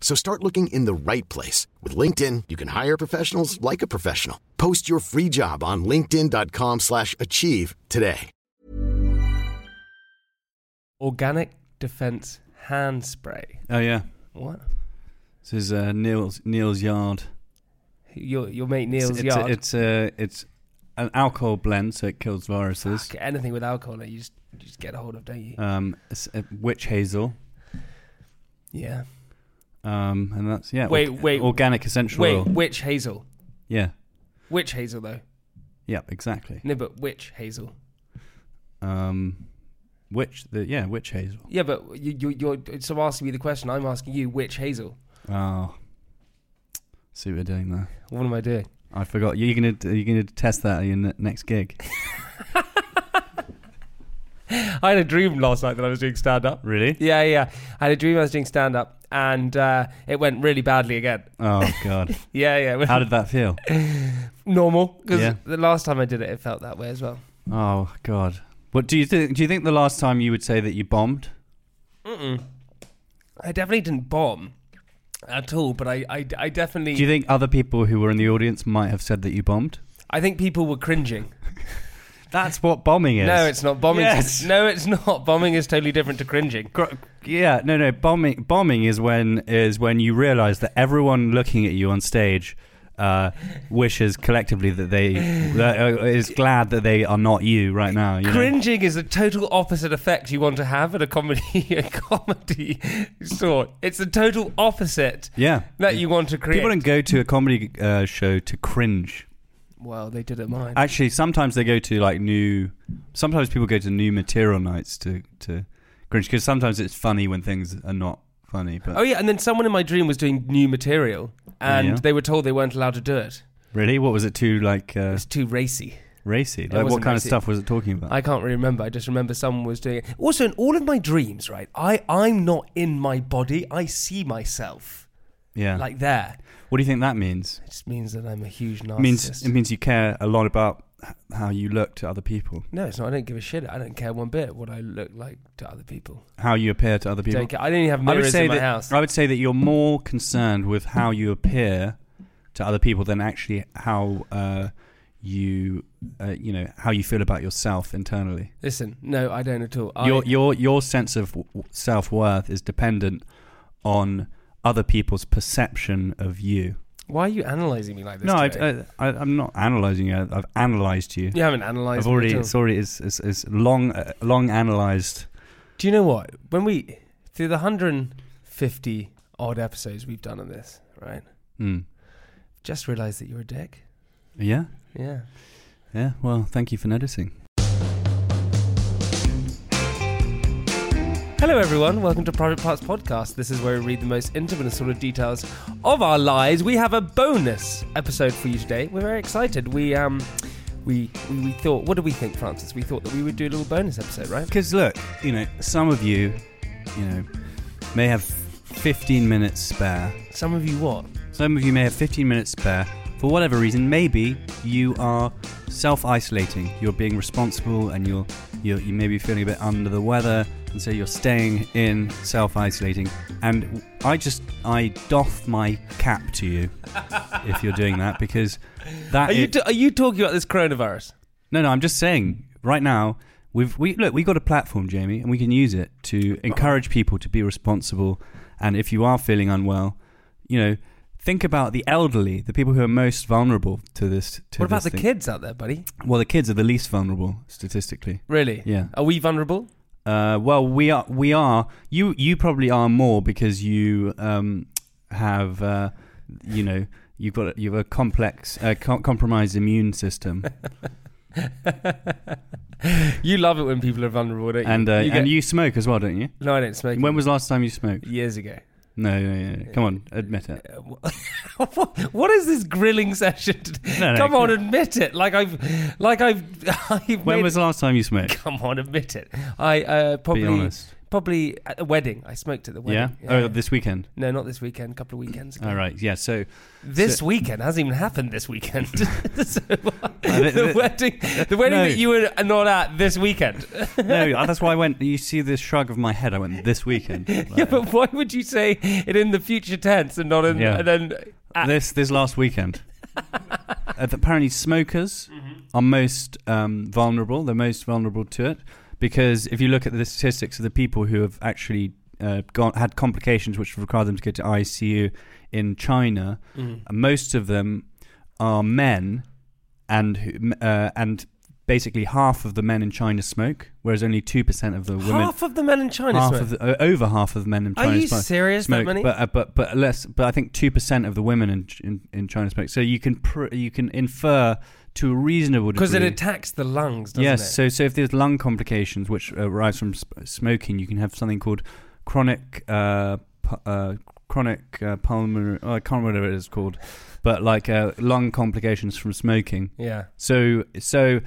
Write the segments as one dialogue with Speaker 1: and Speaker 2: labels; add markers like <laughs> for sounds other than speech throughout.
Speaker 1: So start looking in the right place. With LinkedIn, you can hire professionals like a professional. Post your free job on linkedin.com/achieve slash achieve today.
Speaker 2: Organic Defense Hand Spray.
Speaker 3: Oh yeah,
Speaker 2: What?
Speaker 3: this is uh, Neil's Neil's Yard.
Speaker 2: Your your mate Neil's
Speaker 3: it's,
Speaker 2: yard.
Speaker 3: It's, uh, it's an alcohol blend, so it kills viruses.
Speaker 2: Fuck, anything with alcohol, in it, you just you just get a hold of, don't you?
Speaker 3: Um, it's, uh, witch hazel.
Speaker 2: yeah.
Speaker 3: Um, and that's yeah.
Speaker 2: Wait, wait.
Speaker 3: Organic essential
Speaker 2: Wait,
Speaker 3: oil.
Speaker 2: witch hazel.
Speaker 3: Yeah.
Speaker 2: Witch hazel though.
Speaker 3: Yeah. Exactly.
Speaker 2: No, but witch hazel.
Speaker 3: Um, witch. The yeah, witch hazel.
Speaker 2: Yeah, but you you you're so asking me the question. I'm asking you witch hazel.
Speaker 3: Oh, see what we're doing there.
Speaker 2: What am I doing?
Speaker 3: I forgot. You're gonna you're gonna test that at your ne- next gig.
Speaker 2: I had a dream last night that I was doing stand up.
Speaker 3: Really?
Speaker 2: Yeah, yeah. I had a dream I was doing stand up, and uh, it went really badly again.
Speaker 3: <laughs> Oh God.
Speaker 2: Yeah, yeah.
Speaker 3: How did that feel?
Speaker 2: <laughs> normal? Because
Speaker 3: Yeah.
Speaker 2: the last time I did it, it felt that way as well.
Speaker 3: Oh God. What do you think? Do you think the last time you would say that you bombed?
Speaker 2: I definitely didn't bomb at all, but I, I, I definitely.
Speaker 3: Do you think other people who were in the audience might have said that you bombed?
Speaker 2: I think people were cringing.
Speaker 3: That's what bombing is.
Speaker 2: No, it's not bombing.
Speaker 3: Yes.
Speaker 2: No, it's not bombing. Is totally different to cringing.
Speaker 3: Gr- yeah, no, no. Bombing, bombing is when is when you realise that everyone looking at you on stage uh, wishes collectively that they that, uh, is glad that they are not you right now. You know?
Speaker 2: Cringing is the total opposite effect you want to have at a comedy <laughs> a comedy sort. It's the total opposite
Speaker 3: Yeah.
Speaker 2: that you want to create.
Speaker 3: People don't go to a comedy uh, show to cringe.
Speaker 2: well, they did it mine.
Speaker 3: Actually, sometimes they go to like new. Sometimes people go to new material nights to to cringe because sometimes it's funny when things are not funny. But
Speaker 2: oh yeah, and then someone in my dream was doing new material, and
Speaker 3: Yeah.
Speaker 2: they were told they weren't allowed to do it.
Speaker 3: really, what was it too like uh,
Speaker 2: It's too racy.
Speaker 3: racy? Like
Speaker 2: wasn't
Speaker 3: what kind
Speaker 2: racy.
Speaker 3: of stuff was it talking about?
Speaker 2: I can't really remember. I just remember someone was doing it. Also, in all of my dreams, right, I I'm not in my body. I see myself
Speaker 3: yeah.
Speaker 2: like there.
Speaker 3: what do you think that means?
Speaker 2: It just means that I'm a huge narcissist.
Speaker 3: It means it means you care a lot about h- how you look to other people,
Speaker 2: no, it's not. I don't give a shit. I don't care one bit what I look like to other people.
Speaker 3: how you appear to other people.
Speaker 2: Don't care. I don't even have
Speaker 3: I
Speaker 2: mirrors
Speaker 3: would say
Speaker 2: in my
Speaker 3: that
Speaker 2: house.
Speaker 3: I would say that you're more concerned with how you appear to other people than actually how uh, you uh, you know how you feel about yourself internally.
Speaker 2: Listen, no, I don't at all. I,
Speaker 3: your your your sense of self worth is dependent on other people's perception of you.
Speaker 2: why are you analysing me like this?
Speaker 3: no, I,
Speaker 2: today?
Speaker 3: I, I, I'm not analysing you. I've analysed you.
Speaker 2: you haven't analysed.
Speaker 3: I've
Speaker 2: me
Speaker 3: already.
Speaker 2: at all.
Speaker 3: It's already. It's, it's, it's long. Uh, long analysed.
Speaker 2: Do you know what? When we through the hundred and fifty odd episodes we've done of this, right?
Speaker 3: Mm.
Speaker 2: Just realised that you're a dick.
Speaker 3: Yeah.
Speaker 2: Yeah.
Speaker 3: Yeah. Well, thank you for noticing.
Speaker 2: Hello, everyone. Welcome to Private Parts Podcast. This is where we read the most intimate and sort of details of our lives. We have a bonus episode for you today. We're very excited. We um, we we, we thought. What do we think, Francis? We thought that we would do a little bonus episode, right?
Speaker 3: Because look, you know, some of you, you know, may have 15 minutes spare.
Speaker 2: Some of you what?
Speaker 3: Some of you may have 15 minutes spare. for whatever reason, maybe you are self-isolating. You're being responsible, and you're, you're you may be feeling a bit under the weather, and so you're staying in, self-isolating. And I just I doff my cap to you if you're doing that because that
Speaker 2: Are you
Speaker 3: is-
Speaker 2: t- are you talking about this coronavirus?
Speaker 3: no, no, I'm just saying. Right now, we've we look, we've got a platform, Jamie, and we can use it to encourage people to be responsible. And if you are feeling unwell, you know, think about the elderly, the people who are most vulnerable to this. To
Speaker 2: What about the
Speaker 3: this thing.
Speaker 2: kids out there, buddy?
Speaker 3: Well, the kids are the least vulnerable statistically.
Speaker 2: Really?
Speaker 3: Yeah.
Speaker 2: Are we vulnerable?
Speaker 3: Uh, well, we are. We are. You. You probably are more because you um, have. Uh, you know, you've got. You've a complex, uh, com- compromised immune system,
Speaker 2: you love it when people are vulnerable, don't <laughs> you?
Speaker 3: and uh,
Speaker 2: you get-
Speaker 3: and you smoke as well, don't you?
Speaker 2: No, I don't smoke.
Speaker 3: When was the last time you smoked?
Speaker 2: years ago? <laughs>
Speaker 3: No, no, no, no. Come on, admit it.
Speaker 2: Uh, wh- what is this grilling session? today?
Speaker 3: No, no,
Speaker 2: Come
Speaker 3: come-
Speaker 2: on, admit it. Like I've, like I've, <laughs> I've
Speaker 3: When
Speaker 2: made-
Speaker 3: was the last time you smoked?
Speaker 2: Come on, admit it. I uh, probably,
Speaker 3: honest.
Speaker 2: probably at a wedding. I smoked at the
Speaker 3: Yeah?
Speaker 2: wedding.
Speaker 3: Oh, this weekend.
Speaker 2: no, not this weekend. A couple of weekends ago.
Speaker 3: All right.
Speaker 2: <laughs>
Speaker 3: Yeah. So
Speaker 2: This
Speaker 3: So-
Speaker 2: weekend hasn't even happened. This weekend,
Speaker 3: <laughs>
Speaker 2: <laughs> So,
Speaker 3: uh, th-
Speaker 2: the
Speaker 3: th-
Speaker 2: wedding, the wedding
Speaker 3: No.
Speaker 2: that you were not at this weekend.
Speaker 3: <laughs>
Speaker 2: <laughs>
Speaker 3: no, that's why I went. You see the shrug of my head. I went this weekend.
Speaker 2: <laughs> yeah, but why would you say it in the future tense and not in
Speaker 3: Yeah.
Speaker 2: and then at,
Speaker 3: this this last weekend. Uh, apparently, smokers are most um, vulnerable. They're most vulnerable to it because if you look at the statistics of the people who have actually uh, gone, had complications which require them to go to ICU in China, uh, most of them are men, and who- uh, and basically half of the men in China smoke, whereas only two percent of the women
Speaker 2: half of the men in China
Speaker 3: half
Speaker 2: smoke?
Speaker 3: of the, o- over half of the men in
Speaker 2: Are
Speaker 3: China
Speaker 2: you
Speaker 3: smoke.
Speaker 2: serious, that
Speaker 3: Smoke,
Speaker 2: many?
Speaker 3: But, uh, but but less. But I think two percent of the women in, in in China smoke. So you can pr- you can infer to a reasonable degree.
Speaker 2: because it attacks the lungs, doesn't
Speaker 3: yes.
Speaker 2: it?
Speaker 3: So so if there's lung complications which arise from sp- smoking, you can have something called chronic uh, pu- uh, chronic uh, pulmonary. Oh, I can't remember what it is called, but like uh, lung complications from smoking.
Speaker 2: yeah.
Speaker 3: So so.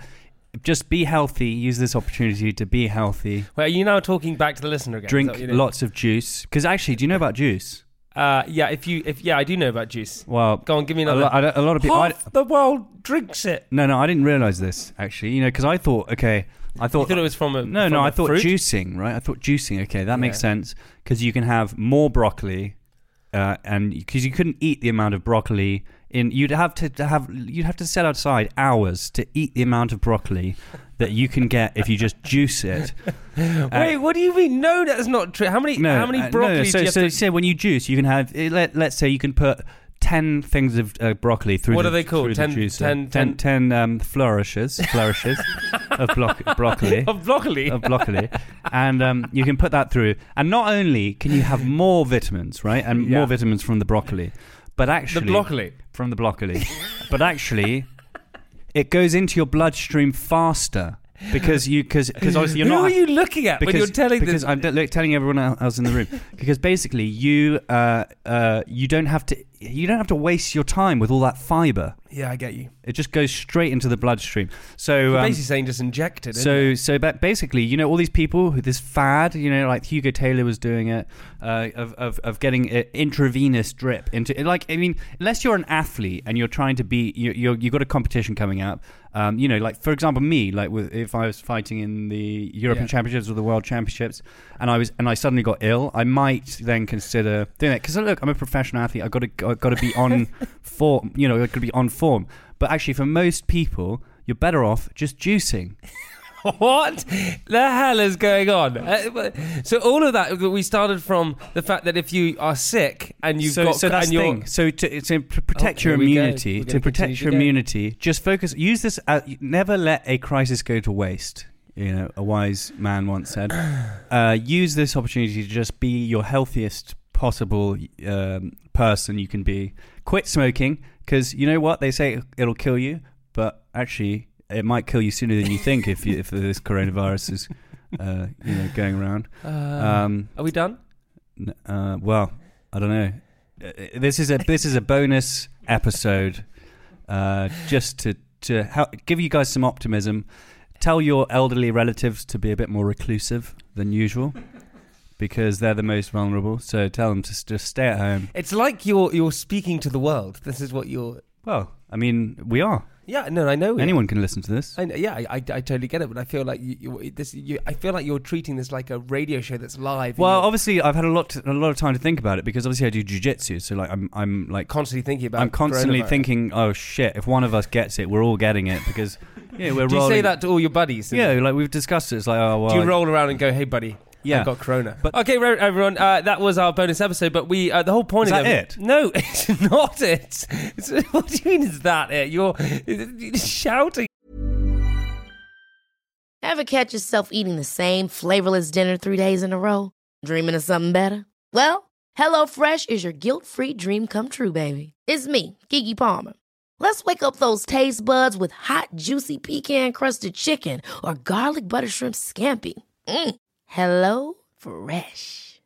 Speaker 3: Just be healthy. Use this opportunity to be healthy
Speaker 2: Well, are you now talking back to the listener again? Is
Speaker 3: drink
Speaker 2: that what you do?
Speaker 3: lots of juice. Because actually, do you know about juice?
Speaker 2: Uh, yeah, if you, if yeah, I do know about juice.
Speaker 3: Well,
Speaker 2: Go on, give me
Speaker 3: Oh. a,
Speaker 2: another.
Speaker 3: lo- I don't- a lot of people. I,
Speaker 2: Half the world drinks it.
Speaker 3: no, no, I didn't realize this actually. You know, because I thought, okay, I
Speaker 2: I
Speaker 3: thought.
Speaker 2: thought it was from a
Speaker 3: no,
Speaker 2: from
Speaker 3: no,
Speaker 2: a
Speaker 3: I thought
Speaker 2: fruit?
Speaker 3: juicing, right? I thought juicing. Okay, that makes
Speaker 2: Yeah.
Speaker 3: sense because you can have more broccoli, uh, and because you couldn't eat the amount of broccoli in, you'd have to to have you'd have to set outside hours to eat the amount of broccoli that you can get if you just juice it.
Speaker 2: Wait, what do you mean? No, that's not true. How many
Speaker 3: No,
Speaker 2: how many
Speaker 3: uh, no,
Speaker 2: broccoli do
Speaker 3: so,
Speaker 2: you have
Speaker 3: so,
Speaker 2: to?
Speaker 3: so when you juice, you can have eh, let let's say you can put ten things of uh, broccoli through.
Speaker 2: What
Speaker 3: the,
Speaker 2: are they called?
Speaker 3: through
Speaker 2: 10
Speaker 3: the juicer.
Speaker 2: 10
Speaker 3: 10 10, um, flourishes, flourishes
Speaker 2: <laughs>
Speaker 3: of block, broccoli.
Speaker 2: Of broccoli.
Speaker 3: Of broccoli, and um, you can put that through, and not only can you have more vitamins, right, and
Speaker 2: Yeah.
Speaker 3: more vitamins from the broccoli, but
Speaker 2: the
Speaker 3: actually
Speaker 2: broccoli.
Speaker 3: from the broccoli, but actually, it goes into your bloodstream faster because you because obviously you're
Speaker 2: Who
Speaker 3: not
Speaker 2: are you looking at when you're telling
Speaker 3: because
Speaker 2: this?
Speaker 3: I'm de- look, telling everyone el- else in the
Speaker 2: <laughs>
Speaker 3: room because basically you uh, uh, you don't have to you don't have to waste your time with all that fiber.
Speaker 2: yeah, I get you.
Speaker 3: It just goes straight into the bloodstream. So
Speaker 2: You're
Speaker 3: um,
Speaker 2: basically saying just inject it. isn't it?
Speaker 3: so so ba- basically, you know, all these people who this fad, you know, like Hugo Taylor was doing it uh, of, of of getting uh, intravenous drip into like I mean, unless you're an athlete and you're trying to be you you're, you've got a competition coming up, um, you know, like for example, me, like with, if I was fighting in the European
Speaker 2: Yeah.
Speaker 3: Championships or the World Championships, and I was and I suddenly got ill, I might then consider doing that because look, I'm a professional athlete. I've got to I've got to be on form, you know, I've got to be on form. But actually, for most people. You're better off just juicing.
Speaker 2: <laughs> what the hell is going on? Uh, but- so all of that uh, we started from the fact that if you are sick and you've
Speaker 3: so,
Speaker 2: got
Speaker 3: so that's
Speaker 2: and you're
Speaker 3: thing. So to, to protect
Speaker 2: Oh,
Speaker 3: your
Speaker 2: here we go. We're
Speaker 3: immunity,
Speaker 2: gonna
Speaker 3: to
Speaker 2: continue
Speaker 3: protect
Speaker 2: to
Speaker 3: your
Speaker 2: go.
Speaker 3: immunity, just focus. Use this. As, never let a crisis go to waste. You know, a wise man
Speaker 2: <coughs>
Speaker 3: once said. Uh, use this opportunity to just be your healthiest possible um, person you can be. Quit smoking because you know what they say it'll kill you, but actually it might kill you sooner than you think if you,
Speaker 2: <laughs>
Speaker 3: if this coronavirus is uh, you know going around.
Speaker 2: Uh,
Speaker 3: Um,
Speaker 2: are we done?
Speaker 3: N- Uh, well, I don't know. Uh, This is a this is a bonus episode, uh, just to to hel- give you guys some optimism. Tell your elderly relatives to be a bit more reclusive than usual, because they're the most vulnerable. So tell them to s- just stay at home.
Speaker 2: It's like you're you're speaking to the world. This is what you're.
Speaker 3: Well, I mean, we are.
Speaker 2: Oh, Yeah, no, I know. we-
Speaker 3: Anyone can listen to this.
Speaker 2: I know, yeah, I, I, I totally get it, but I feel like you, you this. You, I feel like you're treating this like a radio show that's live. and
Speaker 3: Well,
Speaker 2: you're
Speaker 3: obviously, I've had a lot, a lot of time to think about it because obviously I do jujitsu, so like I'm, I'm like
Speaker 2: constantly thinking about.
Speaker 3: I'm constantly
Speaker 2: coronavirus.
Speaker 3: thinking, oh shit, if one of us gets it, we're all getting it because yeah, we're
Speaker 2: <laughs> Do you
Speaker 3: rolling.
Speaker 2: say that to all your buddies?
Speaker 3: Yeah, like we've discussed it. It's like, oh well,
Speaker 2: Do you
Speaker 3: I-
Speaker 2: roll around and go, "Hey, buddy"?
Speaker 3: Yeah.
Speaker 2: I got corona.
Speaker 3: But-
Speaker 2: okay, re- everyone, uh, that was our bonus episode. But we, uh, the whole point
Speaker 3: Is
Speaker 2: of
Speaker 3: that
Speaker 2: it.
Speaker 3: it?
Speaker 2: No, <laughs> it's not it. It's, <laughs> what do you mean? Is that it? You're, <laughs> you're shouting.
Speaker 4: Ever catch yourself eating the same flavorless dinner three days in a row? Dreaming of something better? Well, HelloFresh is your guilt free dream come true, baby. It's me, Kiki Palmer. Let's wake up those taste buds with hot, juicy pecan crusted chicken or garlic butter shrimp scampi. Mm. Hello Fresh.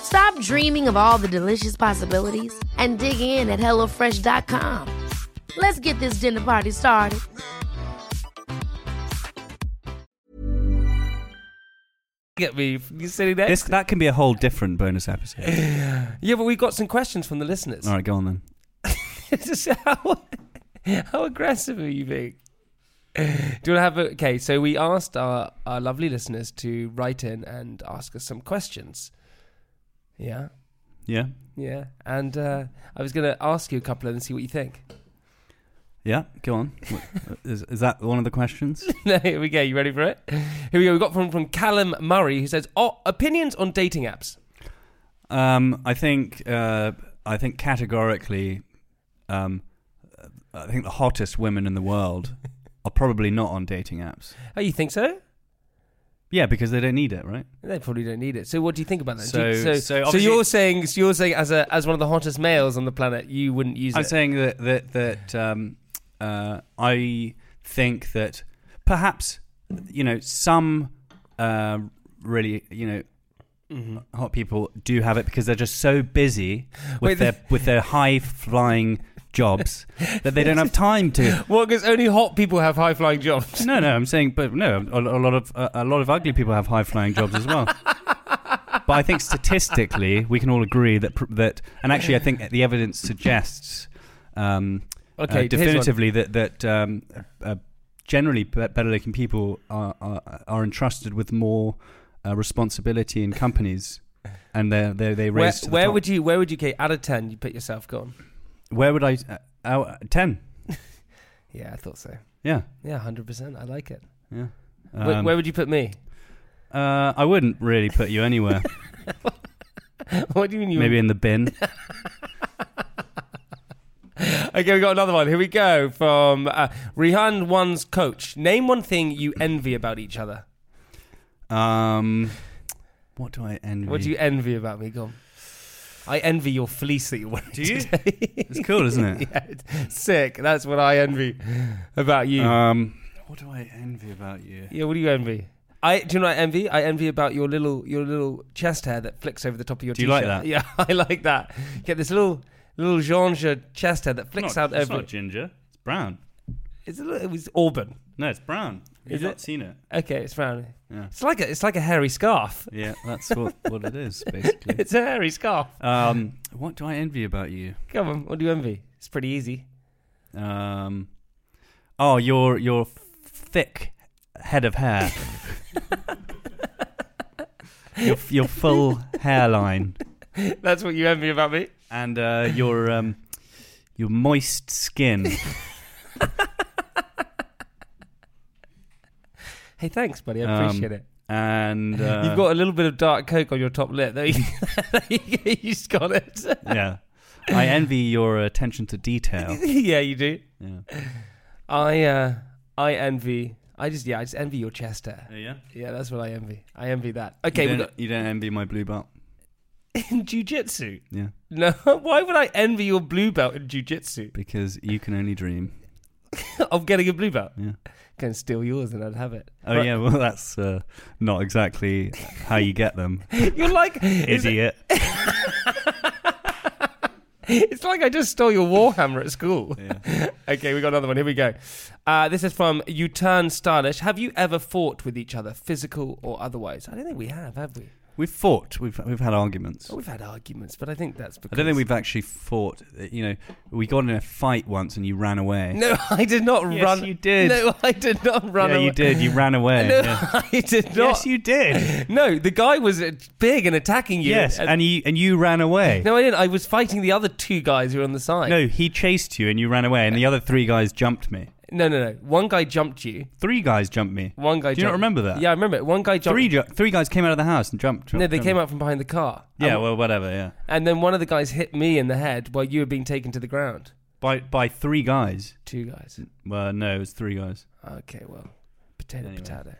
Speaker 4: Stop dreaming of all the delicious possibilities and dig in at HelloFresh.com. Let's get this dinner party started.
Speaker 2: Get me? You silly next.
Speaker 3: This that can be a whole different bonus episode.
Speaker 2: Yeah, but we've got some questions from the listeners.
Speaker 3: all right, go on then.
Speaker 2: Just how, how aggressive are you being? Do you want to have a, okay? So we asked our, our lovely listeners to write in and ask us some questions. Yeah,
Speaker 3: Yeah,
Speaker 2: yeah. And uh, I was going to ask you a couple of them and see what you think. <laughs>
Speaker 3: yeah, go on. What- uh, is, is that one of the questions?
Speaker 2: No, Here we go. You ready for it? Here we go. We got from from Callum Murray who says, "Oh, opinions on dating apps."
Speaker 3: Um, I think, uh, I think categorically, um, I think the hottest women in the world are probably not on dating apps.
Speaker 2: Oh, you think so?
Speaker 3: Yeah, because they don't need it, right?
Speaker 2: They probably don't need it. So, what do you think about that? Do you-
Speaker 3: So- so
Speaker 2: so
Speaker 3: obviously-
Speaker 2: you're saying, so you're saying, as a as one of the hottest males on the planet, you wouldn't use
Speaker 3: I'm
Speaker 2: it.
Speaker 3: saying that that that um, uh, I think that perhaps you know some uh, really you know hot people do have it because they're just so busy with
Speaker 2: Mm-hmm. Wait,
Speaker 3: their with their high flying jobs that they don't have time to.
Speaker 2: <laughs> Well, because only hot people have high flying jobs.
Speaker 3: No, no, I'm saying, but no, a, a lot of a, a lot of ugly people have high flying jobs as well. But I think statistically, we can all agree that pr- that, and actually, I think the evidence suggests um,
Speaker 2: Okay,
Speaker 3: <laughs> uh,
Speaker 2: here's one.
Speaker 3: definitively that that um, uh, generally be- better looking people are, are are entrusted with more uh, responsibility in companies, and they they they
Speaker 2: Where,
Speaker 3: raise. to the
Speaker 2: where
Speaker 3: top.
Speaker 2: would you? Where would you? Okay, out of ten, you put yourself gone.
Speaker 3: where would I uh, out- ten?
Speaker 2: Yeah, I thought so.
Speaker 3: Yeah,
Speaker 2: Yeah, hundred percent. I like it.
Speaker 3: yeah.
Speaker 2: where,
Speaker 3: Um,
Speaker 2: where would you put me? <laughs>
Speaker 3: uh, I wouldn't really put you anywhere.
Speaker 2: What do <laughs> you mean? You
Speaker 3: Maybe in the bin.
Speaker 2: <laughs> Okay, we got another one. Here we go from uh, Rihan One's coach. Name one thing you envy about each other.
Speaker 3: Um, what do I envy?
Speaker 2: What do you envy about me? Go on. I envy your fleece that you're wearing.
Speaker 3: Do you?
Speaker 2: Today.
Speaker 3: <laughs> It's cool, isn't it?
Speaker 2: <laughs> yeah, it's sick. That's what I envy about you.
Speaker 3: Um, what do I envy about you?
Speaker 2: yeah, what do you envy? I do you know what I envy? I envy about your little your little chest hair that flicks over the top of your
Speaker 3: Do you
Speaker 2: t-shirt.
Speaker 3: like that?
Speaker 2: <laughs> Yeah, I like that. Get this little little ginger chest hair that flicks out
Speaker 3: it's
Speaker 2: over.
Speaker 3: not ginger. It's brown.
Speaker 2: It's a little, it was auburn.
Speaker 3: No, it's brown. You've
Speaker 2: Is
Speaker 3: not
Speaker 2: it?
Speaker 3: seen it.
Speaker 2: Okay, it's round.
Speaker 3: Yeah.
Speaker 2: It's like a it's like a hairy scarf.
Speaker 3: Yeah, that's what, what it is basically.
Speaker 2: <laughs> It's a hairy scarf.
Speaker 3: Um, what do I envy about you?
Speaker 2: Come on, what do you envy? It's pretty easy. <laughs>
Speaker 3: Um, oh, your your thick head of
Speaker 2: <laughs>
Speaker 3: hair. your your full hairline
Speaker 2: That's what you envy about me.
Speaker 3: and uh, your um, your moist skin.
Speaker 2: Hey, thanks, buddy. I
Speaker 3: Um,
Speaker 2: appreciate it.
Speaker 3: and uh,
Speaker 2: You've got a little bit of dark coke on your top lip. There you, <laughs> you've got it.
Speaker 3: yeah. I envy your attention to detail.
Speaker 2: yeah, you do.
Speaker 3: Yeah.
Speaker 2: I uh, I envy. I just yeah, I just envy your chest hair.
Speaker 3: yeah.
Speaker 2: <laughs> Yeah, that's what I envy. I envy that.
Speaker 3: You
Speaker 2: Okay, we
Speaker 3: don't,
Speaker 2: got
Speaker 3: you don't envy my blue belt.
Speaker 2: <laughs> in jujitsu.
Speaker 3: Yeah.
Speaker 2: No, <laughs> why would I envy your blue belt in <laughs> jujitsu?
Speaker 3: Because you can only dream.
Speaker 2: I'm getting a blue belt.
Speaker 3: Yeah.
Speaker 2: Can steal yours and I'd have it.
Speaker 3: Oh
Speaker 2: Right.
Speaker 3: yeah, well that's uh, not exactly how you
Speaker 2: <laughs>
Speaker 3: get them,
Speaker 2: You're
Speaker 3: <laughs>
Speaker 2: like it's,
Speaker 3: idiot.
Speaker 2: it's like I just stole your warhammer at school. <laughs> okay, we got another one. Here we go. Uh, this is from You Turn Stylish. Have you ever fought with each other, physical or otherwise? I don't think we have, have we?
Speaker 3: We've fought. We've we've had arguments.
Speaker 2: Oh, we've had arguments, but I think that's because
Speaker 3: I don't think we've actually fought. Uh, You know, we got in a fight once, and you ran away.
Speaker 2: No, <laughs> I did not
Speaker 3: Yes,
Speaker 2: run.
Speaker 3: you did.
Speaker 2: No, I did not run.
Speaker 3: yeah,
Speaker 2: away.
Speaker 3: you did. You ran
Speaker 2: <laughs>
Speaker 3: away.
Speaker 2: No,
Speaker 3: Yeah.
Speaker 2: I did not.
Speaker 3: Yes, you did.
Speaker 2: No, the guy was uh, big and attacking <laughs> you.
Speaker 3: yes, and you and you ran away.
Speaker 2: no, I didn't. I was fighting the other two guys who were on the side.
Speaker 3: No, he chased you, and you ran away, and the other three guys jumped me.
Speaker 2: no, no, no. One guy jumped you.
Speaker 3: Three guys jumped me.
Speaker 2: One guy.
Speaker 3: Do you
Speaker 2: jumped.
Speaker 3: not remember that?
Speaker 2: Yeah, I remember. it. One guy jumped.
Speaker 3: Three ju- three guys came out of the house and jumped.
Speaker 2: No, they came out from behind the car.
Speaker 3: Yeah,
Speaker 2: Um,
Speaker 3: well, whatever. Yeah,
Speaker 2: and then one of the guys hit me in the head while you were being taken to the ground.
Speaker 3: by by three guys.
Speaker 2: Two guys.
Speaker 3: Well, no, it was three guys.
Speaker 2: Okay, well, potato,
Speaker 3: Mm. Anyway.
Speaker 2: potato.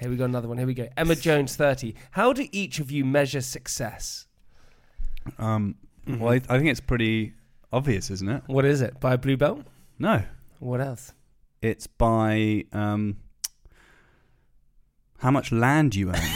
Speaker 2: Here we go, another one. Here we go. Emma Jones, 30. How do each of you measure success?
Speaker 3: Um, well, I, I think it's pretty obvious, isn't it?
Speaker 2: What is it? By a blue belt?
Speaker 3: No,
Speaker 2: What else?
Speaker 3: it's by um, how much land you own.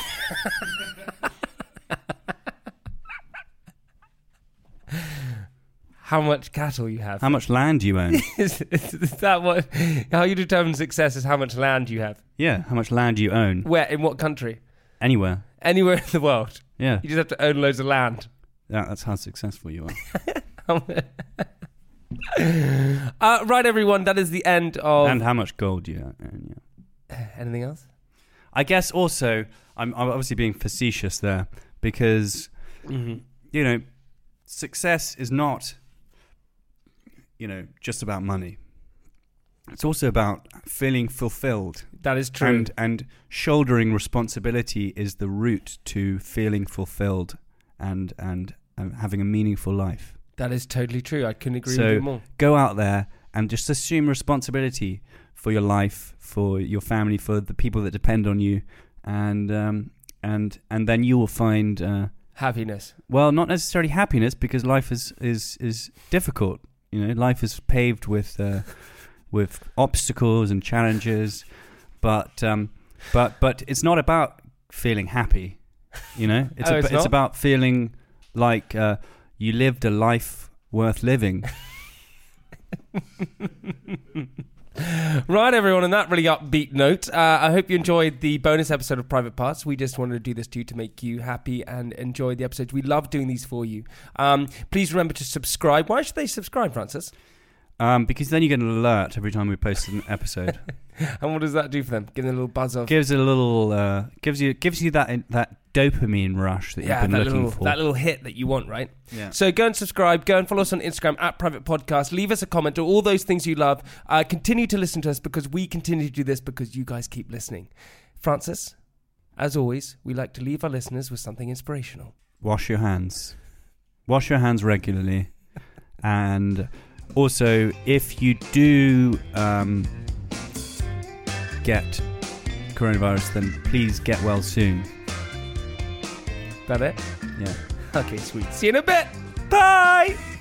Speaker 2: How much cattle you have?
Speaker 3: how much land you own.
Speaker 2: <laughs> is, is, is that what? How you determine success is how much land you have.
Speaker 3: Yeah, how much land you own
Speaker 2: Where? In what country?
Speaker 3: anywhere.
Speaker 2: Anywhere in the world.
Speaker 3: Yeah,
Speaker 2: You just have to own loads of land.
Speaker 3: that, that's how successful you are.
Speaker 2: Uh, right, everyone. That is the end of.
Speaker 3: and how much gold you own. Yeah.
Speaker 2: Anything else?
Speaker 3: I guess also I'm, I'm obviously being facetious there because you know success is not you know just about money. It's also about feeling fulfilled,
Speaker 2: That is true.
Speaker 3: and and shouldering responsibility is the route to feeling fulfilled and and um, having a meaningful life.
Speaker 2: that is totally true. I couldn't agree with you
Speaker 3: So
Speaker 2: more.
Speaker 3: go out there and just assume responsibility for your life, for your family, for the people that depend on you, and um, and and then you will find uh,
Speaker 2: Happiness.
Speaker 3: well, not necessarily happiness because life is is is difficult. You know, life is paved with uh, with obstacles and challenges, but um, but but it's not about feeling happy. You know,
Speaker 2: <laughs>
Speaker 3: it's
Speaker 2: Oh,
Speaker 3: ab-
Speaker 2: it's
Speaker 3: it's,
Speaker 2: not?
Speaker 3: about feeling like uh, you lived a life
Speaker 2: <laughs>
Speaker 3: worth living.
Speaker 2: Right, everyone, on that really upbeat note, uh, I hope you enjoyed the bonus episode of Private Parts. We just wanted to do this to you to make you happy and enjoy the episodes. We love doing these for you. Um, please remember to subscribe. Why should they subscribe, Francis?
Speaker 3: Um, because then you get an alert every time we post an episode.
Speaker 2: And what does that do for them? Give them a little buzz of
Speaker 3: gives it a little, uh, gives you, gives you that that dopamine rush that
Speaker 2: yeah,
Speaker 3: you've been
Speaker 2: that
Speaker 3: looking
Speaker 2: little
Speaker 3: for.
Speaker 2: that little hit that you want, right?
Speaker 3: Yeah.
Speaker 2: So go and subscribe. Go and follow us on Instagram at Private Podcast. Leave us a comment. Do all those things you love. Uh, continue to listen to us because we continue to do this because you guys keep listening. Francis, as always, we like to leave our listeners with something inspirational.
Speaker 3: Wash your hands. Wash your hands regularly, and also if you do um, get coronavirus, then please get well soon.
Speaker 2: That it?
Speaker 3: Yeah.
Speaker 2: Okay, sweet. See you in a bit. Bye.